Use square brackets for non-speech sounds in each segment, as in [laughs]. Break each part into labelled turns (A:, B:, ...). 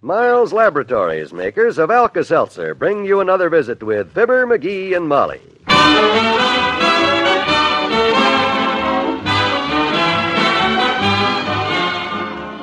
A: Miles Laboratories, makers of Alka Seltzer, bring you another visit with Fibber, McGee, and Molly.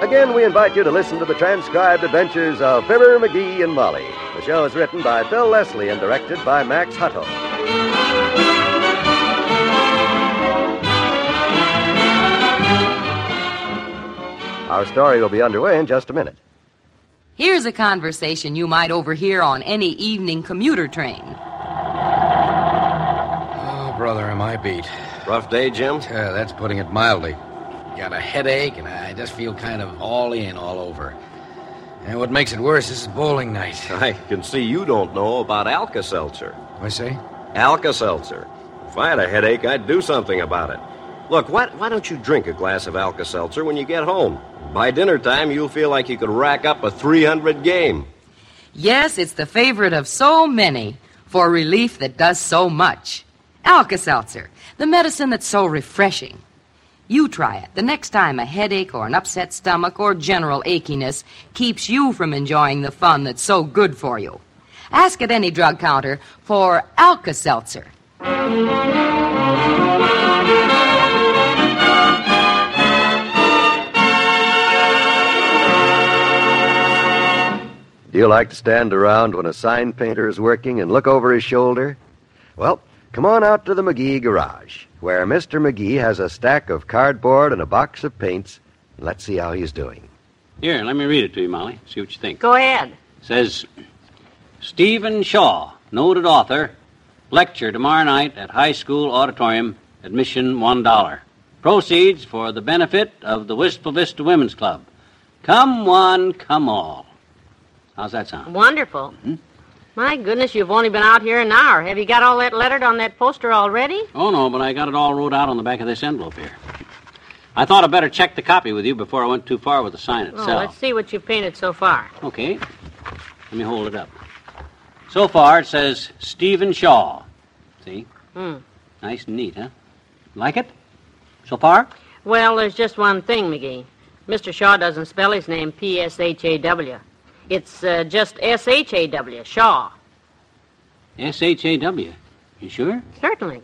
A: Again, we invite you to listen to the transcribed adventures of Fibber, McGee, and Molly. The show is written by Bill Leslie and directed by Max Hutto. Our story will be underway in just a minute.
B: Here's a conversation you might overhear on any evening commuter train.
C: Oh, brother, am I beat.
D: Rough day, Jim?
C: Yeah, that's putting it mildly. Got a headache, and I just feel kind of all in all over. And what makes it worse is bowling night.
D: I can see you don't know about Alka Seltzer.
C: I say?
D: Alka Seltzer. If I had a headache, I'd do something about it. Look, why, why don't you drink a glass of Alka Seltzer when you get home? By dinner time, you'll feel like you could rack up a 300 game.
B: Yes, it's the favorite of so many for relief that does so much. Alka Seltzer, the medicine that's so refreshing. You try it the next time a headache or an upset stomach or general achiness keeps you from enjoying the fun that's so good for you. Ask at any drug counter for Alka Seltzer.
A: Do you like to stand around when a sign painter is working and look over his shoulder? Well, come on out to the McGee garage, where Mr. McGee has a stack of cardboard and a box of paints. Let's see how he's doing.
E: Here, let me read it to you, Molly. See what you think.
F: Go ahead.
E: says Stephen Shaw, noted author, lecture tomorrow night at high school auditorium, admission one dollar. Proceeds for the benefit of the Wistful Vista Women's Club. Come one, come all. How's that sound?
F: Wonderful. My goodness, you've only been out here an hour. Have you got all that lettered on that poster already?
E: Oh no, but I got it all wrote out on the back of this envelope here. I thought I'd better check the copy with you before I went too far with the sign
F: Oh,
E: itself.
F: let's see what you've painted so far.
E: Okay. Let me hold it up. So far, it says Stephen Shaw. See?
F: Hmm.
E: Nice and neat, huh? Like it? So far?
F: Well, there's just one thing, McGee. Mr. Shaw doesn't spell his name P S H A W. It's uh, just S H A W, Shaw.
E: S H A W. You sure?
F: Certainly.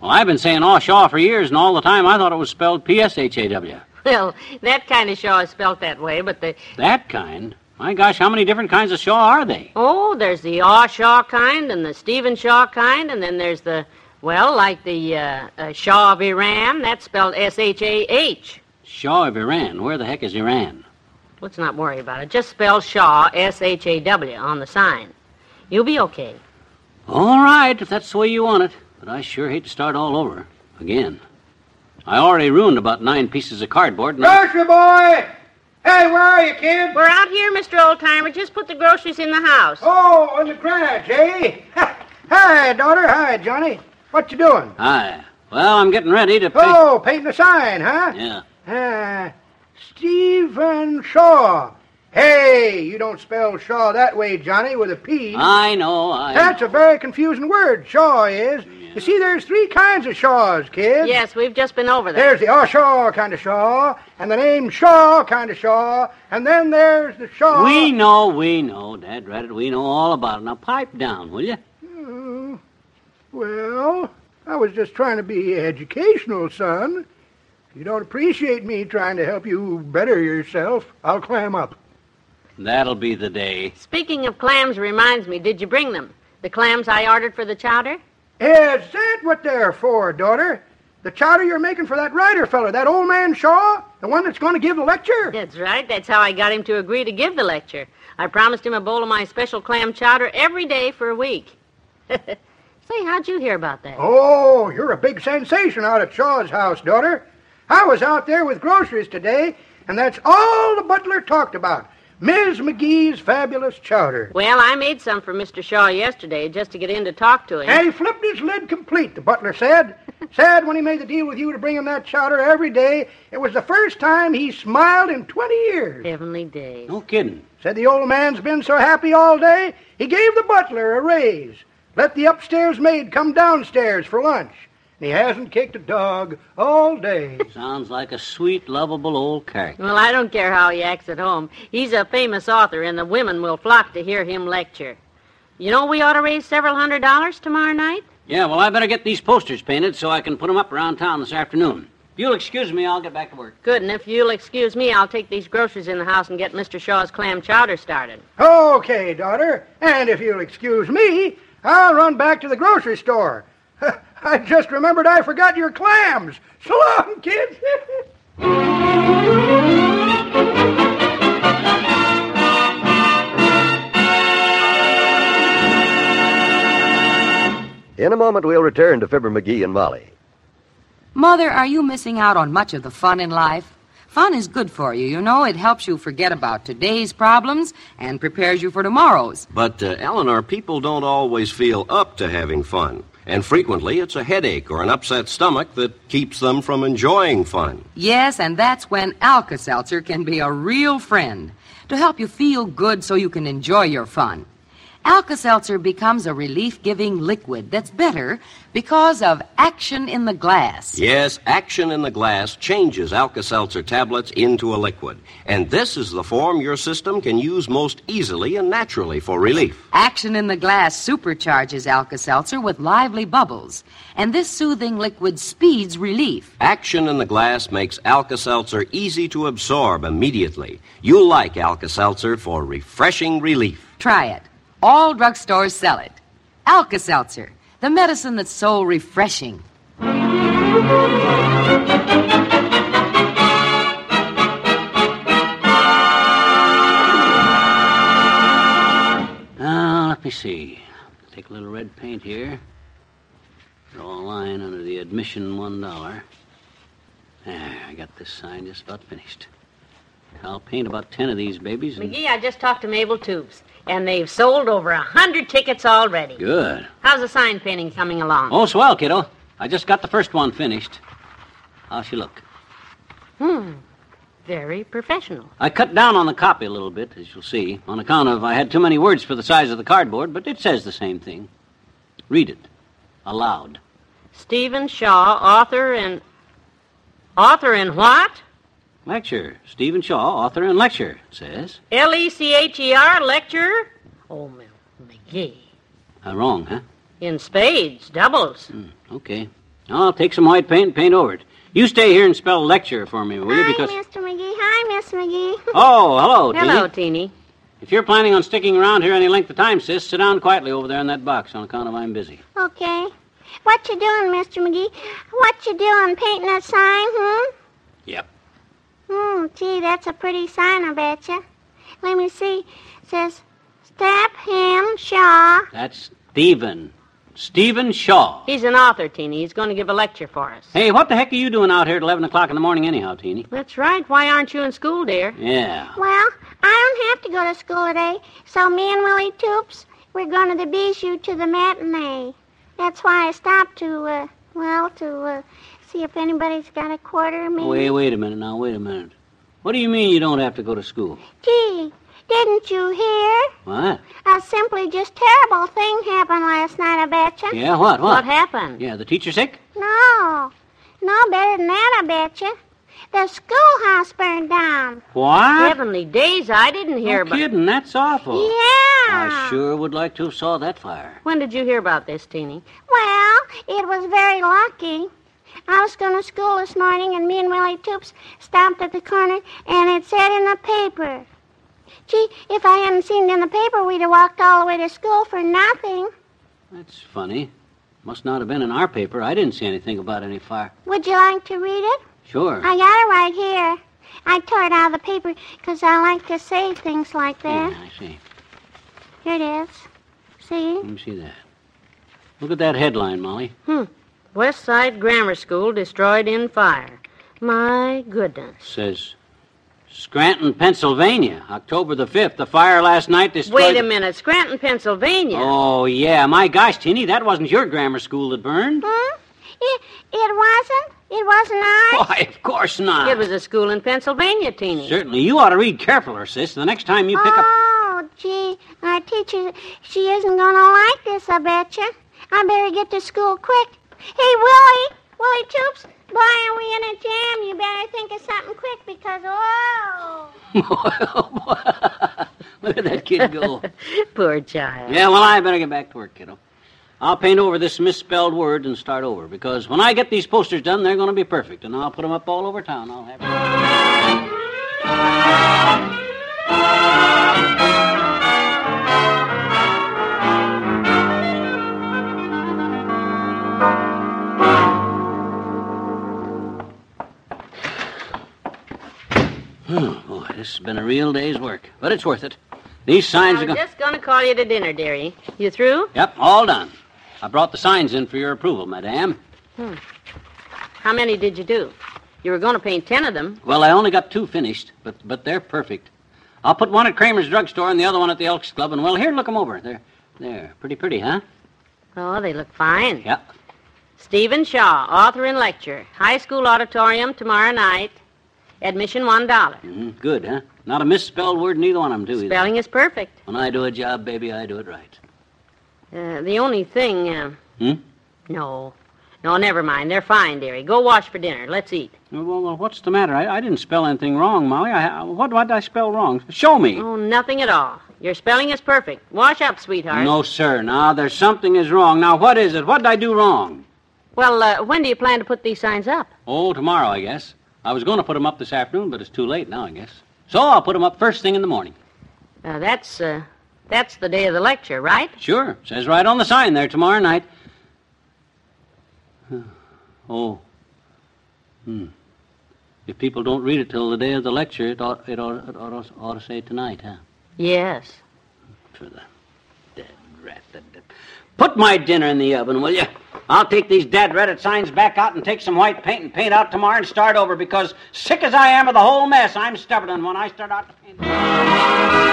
E: Well, I've been saying all Shaw for years, and all the time I thought it was spelled P S H A W.
F: Well, that kind of Shaw is spelt that way, but the.
E: That kind? My gosh, how many different kinds of Shaw are they?
F: Oh, there's the Aw Shaw kind and the Stephen Shaw kind, and then there's the. Well, like the uh, uh, Shaw of Iran, that's spelled S H A H.
E: Shaw of Iran. Where the heck is Iran?
F: Let's not worry about it. Just spell Shaw, S H A W, on the sign. You'll be okay.
E: All right, if that's the way you want it. But I sure hate to start all over. Again. I already ruined about nine pieces of cardboard. And I-
G: Grocery boy! Hey, where are you, kid?
F: We're out here, Mr. Oldtimer. Just put the groceries in the house.
G: Oh, on the garage, eh? Hi, daughter. Hi, Johnny. What you doing?
E: Hi. Well, I'm getting ready to pay.
G: Oh, painting a sign, huh?
E: Yeah.
G: Uh, Stephen Shaw. Hey, you don't spell Shaw that way, Johnny, with a P.
E: I know. I.
G: That's a very confusing word, Shaw is. You see, there's three kinds of Shaws, kid.
F: Yes, we've just been over that.
G: There's the Oshaw kind of Shaw, and the name Shaw kind of Shaw, and then there's the Shaw.
E: We know, we know, Dad Reddit. We know all about it. Now pipe down, will you?
G: Oh, well, I was just trying to be educational, son. If you don't appreciate me trying to help you better yourself, I'll clam up.
E: That'll be the day.
F: Speaking of clams reminds me, did you bring them? The clams I ordered for the chowder?
G: Is that what they're for, daughter? The chowder you're making for that writer fella, that old man Shaw, the one that's going to give the lecture?
F: That's right. That's how I got him to agree to give the lecture. I promised him a bowl of my special clam chowder every day for a week. [laughs] Say, how'd you hear about that?
G: Oh, you're a big sensation out at Shaw's house, daughter. I was out there with groceries today, and that's all the butler talked about. Ms. McGee's fabulous chowder.
F: Well, I made some for Mr. Shaw yesterday just to get in to talk to him.
G: And he flipped his lid complete, the butler said. said when he made the deal with you to bring him that chowder every day, it was the first time he smiled in 20 years.
F: Heavenly day.
E: No kidding.
G: Said the old man's been so happy all day, he gave the butler a raise. Let the upstairs maid come downstairs for lunch. and he hasn't kicked a dog all day.
E: Sounds like a sweet, lovable old character.
F: Well, I don't care how he acts at home. He's a famous author, and the women will flock to hear him lecture. You know, we ought to raise several hundred dollars tomorrow night.
E: Yeah, well, I better get these posters painted so I can put them up around town this afternoon. If you'll excuse me, I'll get back to work.
F: Good, and if you'll excuse me, I'll take these groceries in the house and get Mr. Shaw's clam chowder started.
G: Okay, daughter, and if you'll excuse me, I'll run back to the grocery store. [laughs] I just remembered I forgot your clams. So long, [laughs] kids.
A: In a moment, we'll return to Fibber McGee and Molly.
B: Mother, are you missing out on much of the fun in life? Fun is good for you, you know. It helps you forget about today's problems and prepares you for tomorrow's.
D: But, uh, Eleanor, people don't always feel up to having fun. And frequently, it's a headache or an upset stomach that keeps them from enjoying fun.
B: Yes, and that's when Alka Seltzer can be a real friend to help you feel good so you can enjoy your fun. Alka Seltzer becomes a relief giving liquid that's better because of action in the glass.
D: Yes, action in the glass changes Alka Seltzer tablets into a liquid. And this is the form your system can use most easily and naturally for relief.
B: Action in the glass supercharges Alka Seltzer with lively bubbles, and this soothing liquid speeds relief.
D: Action in the glass makes Alka Seltzer easy to absorb immediately. You'll like Alka Seltzer for refreshing relief.
B: Try it. All drugstores sell it. Alka Seltzer, the medicine that's so refreshing.
E: Uh, let me see. Take a little red paint here. Draw a line under the admission one dollar. There, I got this sign just about finished. I'll paint about ten of these babies. And...
F: McGee, I just talked to Mabel Tubes, and they've sold over a hundred tickets already.
E: Good.
F: How's the sign painting coming along?
E: Oh, swell, kiddo. I just got the first one finished. How's she look?
F: Very professional.
E: I cut down on the copy a little bit, as you'll see, on account of I had too many words for the size of the cardboard, but it says the same thing. Read it. Aloud.
F: Stephen Shaw, author and. Author and what?
E: Lecture. Stephen Shaw, author and lecturer, it says.
F: L E C H E R, lecturer? Oh, Mel McGee.
E: Uh, wrong, huh?
F: In spades, doubles.
E: Okay. I'll take some white paint and paint over it. You stay here and spell lecture for me, will you? Because
H: Mr. McGee. Hi, Miss McGee. [laughs]
E: oh, hello, Dee.
F: Hello, Teeny.
E: If you're planning on sticking around here any length of time, sis, sit down quietly over there in that box on account of I'm busy.
H: Okay. What you doing, Mr. McGee? What you doing, painting a sign, hmm?
E: Yep.
H: Hmm, gee, that's a pretty sign, I betcha. Let me see. says, Stapham Shaw.
E: That's Stephen. Stephen Shaw.
F: He's an author, Teeny. He's going to give a lecture for us.
E: Hey, what the heck are you doing out here at 11 o'clock in the morning, anyhow, Teeny?
F: That's right. Why aren't you in school, dear?
E: Yeah.
H: Well, I don't have to go to school today, so me and Willie Toops, we're going to the Bijou to the matinee. That's why I stopped to, uh, well, to uh, see if anybody's got a quarter, maybe.
E: Wait, wait a minute now, wait a minute. What do you mean you don't have to go to school?
H: Gee, didn't you hear?
E: What?
H: A simply just terrible thing happened last night, I betcha.
E: Yeah, what, what?
F: What happened?
E: Yeah, the teacher sick?
H: No, no better than that, I betcha. The schoolhouse burned down.
E: What?
F: Heavenly days, I didn't hear
E: no
F: about
E: kidding, that's awful.
H: Yeah.
E: Oh,
F: Ah.
E: I sure would like to have saw that fire.
F: When did you hear about this, Teeny?
H: Well, it was very lucky. I was going to school this morning, and me and Willie Toops stopped at the corner, and it said in the paper. Gee, if I hadn't seen it in the paper, we'd have walked all the way to school for nothing.
E: That's funny. Must not have been in our paper. I didn't see anything about any fire.
H: Would you like to read it?
E: Sure.
H: I got it right here. I tore it out of the paper because I like to save things like that.
E: Yeah, I see.
H: Here it is. See?
E: Let me see that. Look at that headline, Molly.
F: West Side Grammar School destroyed in fire. My goodness.
E: says Scranton, Pennsylvania, October the 5th. The fire last night destroyed.
F: Wait a minute. Scranton, Pennsylvania.
E: Oh, yeah. My gosh, Tinny, that wasn't your grammar school that burned.
H: Hmm? It, it wasn't. It wasn't I.
E: [laughs] Why, of course not.
F: It was a school in Pennsylvania, Teeny.
E: Certainly, you ought to read careful, sis. The next time you pick up.
H: Oh, gee, our teacher, she isn't going to like this, I betcha. I better get to school quick. Hey, Willie, Willie Toops, boy, are we in a jam. You better think of something quick because, oh.
F: Ah.
E: [laughs] Look at that kid go.
F: [laughs] Poor child.
E: Yeah, well, I better get back to work, kiddo. I'll paint over this misspelled word and start over because when I get these posters done, they're going to be perfect, and I'll put them up all over town. I'll have. Oh, boy, this has been a real day's work, but it's worth it. These signs
F: I
E: are
F: was
E: going.
F: just going to call you to dinner, dearie. You through?
E: Yep, all done. I brought the signs in for your approval, madame.
F: How many did you do? You were going to paint ten of them.
E: Well, I only got two finished, but but they're perfect. I'll put one at Kramer's drugstore and the other one at the Elks Club, and well, here, look 'em over. They're they're pretty pretty, huh?
F: Oh, they look fine.
E: Yeah.
F: Stephen Shaw, author and lecturer. High school auditorium tomorrow night. Admission one dollar.
E: Mm, good, huh? Not a misspelled word in either one of 'em, too. either.
F: Spelling is perfect.
E: When I do a job, baby, I do it right.
F: Uh, the only thing, uh,
E: Hmm?
F: no, no, never mind. They're fine, dearie. Go wash for dinner. Let's eat.
E: Well, Well, well, what's the matter? I, I didn't spell anything wrong, Molly. I, I- what, what did I spell wrong? Show me.
F: Oh, nothing at all. Your spelling is perfect. Wash up, sweetheart.
E: No, sir. Now, there's something is wrong. Now, what is it? What did I do wrong?
F: Well, uh, when do you plan to put these signs up?
E: Oh, tomorrow, I guess. I was going to put 'em up this afternoon, but it's too late now, I guess. So I'll put 'em up first thing in the morning.
F: Uh, that's uh, that's the day of the lecture, right?
E: Sure. Says right on the sign there tomorrow night. [sighs] Oh. Hmm. If people don't read it till the day of the lecture, it ought, it ought, it ought, ought to say tonight, huh?
F: Yes.
E: For the dead rat. The, the- Put my dinner in the oven, will you? I'll take these dead Reddit signs back out and take some white paint and paint out tomorrow and start over because sick as I am of the whole mess, I'm stubborn and when I start out to paint.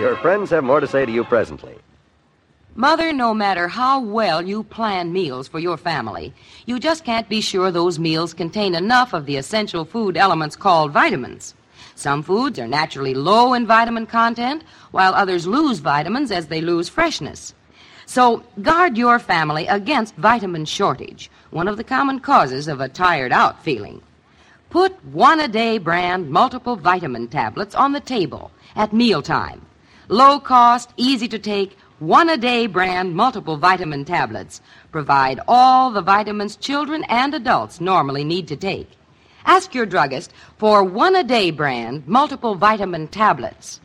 A: Your friends have more to say to you presently.
B: Mother, no matter how well you plan meals for your family, you just can't be sure those meals contain enough of the essential food elements called vitamins. Some foods are naturally low in vitamin content, while others lose vitamins as they lose freshness. So, guard your family against vitamin shortage, one of the common causes of a tired out feeling. Put one a day brand multiple vitamin tablets on the table at mealtime. Low cost, easy to take, one a day brand multiple vitamin tablets provide all the vitamins children and adults normally need to take. Ask your druggist for one a day brand multiple vitamin tablets.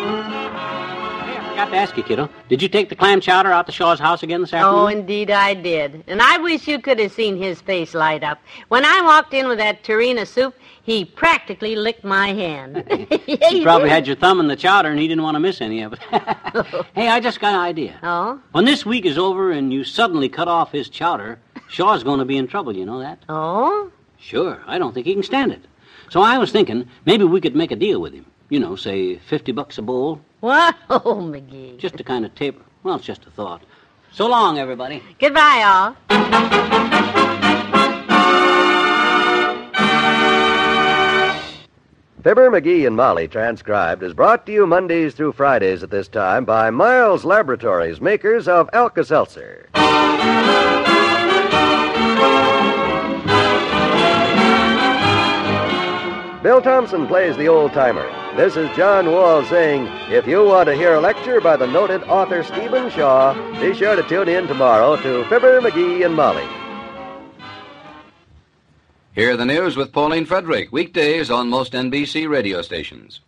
E: Hey, I forgot to ask you, kiddo. Did you take the clam chowder out to Shaw's house again this afternoon?
F: Oh, indeed I did. And I wish you could have seen his face light up. When I walked in with that terrina soup, he practically licked
E: [laughs]
F: my hand. [laughs] yeah,
E: you probably had your thumb in the chowder and he didn't want to miss any of it. [laughs] hey, I just got an idea.
F: Oh?
E: When this week is over and you suddenly cut off his chowder, Shaw's going to be in trouble, you know that?
F: Oh?
E: Sure, I don't think he can stand it. So I was thinking maybe we could make a deal with him. You know, say 50 bucks a bowl,
F: Whoa, [laughs] McGee.
E: just to kind of taper. Well, it's just a thought. So long, everybody.
F: Goodbye, all.
A: Fibber, McGee, and Molly transcribed is brought to you Mondays through Fridays at this time by Miles Laboratories, makers of Alka Seltzer. Bill Thompson plays the old timer. This is John Wall saying, if you want to hear a lecture by the noted author Stephen Shaw, be sure to tune in tomorrow to Fibber, McGee, and Molly.
I: Hear the news with Pauline Frederick, weekdays on most NBC radio stations.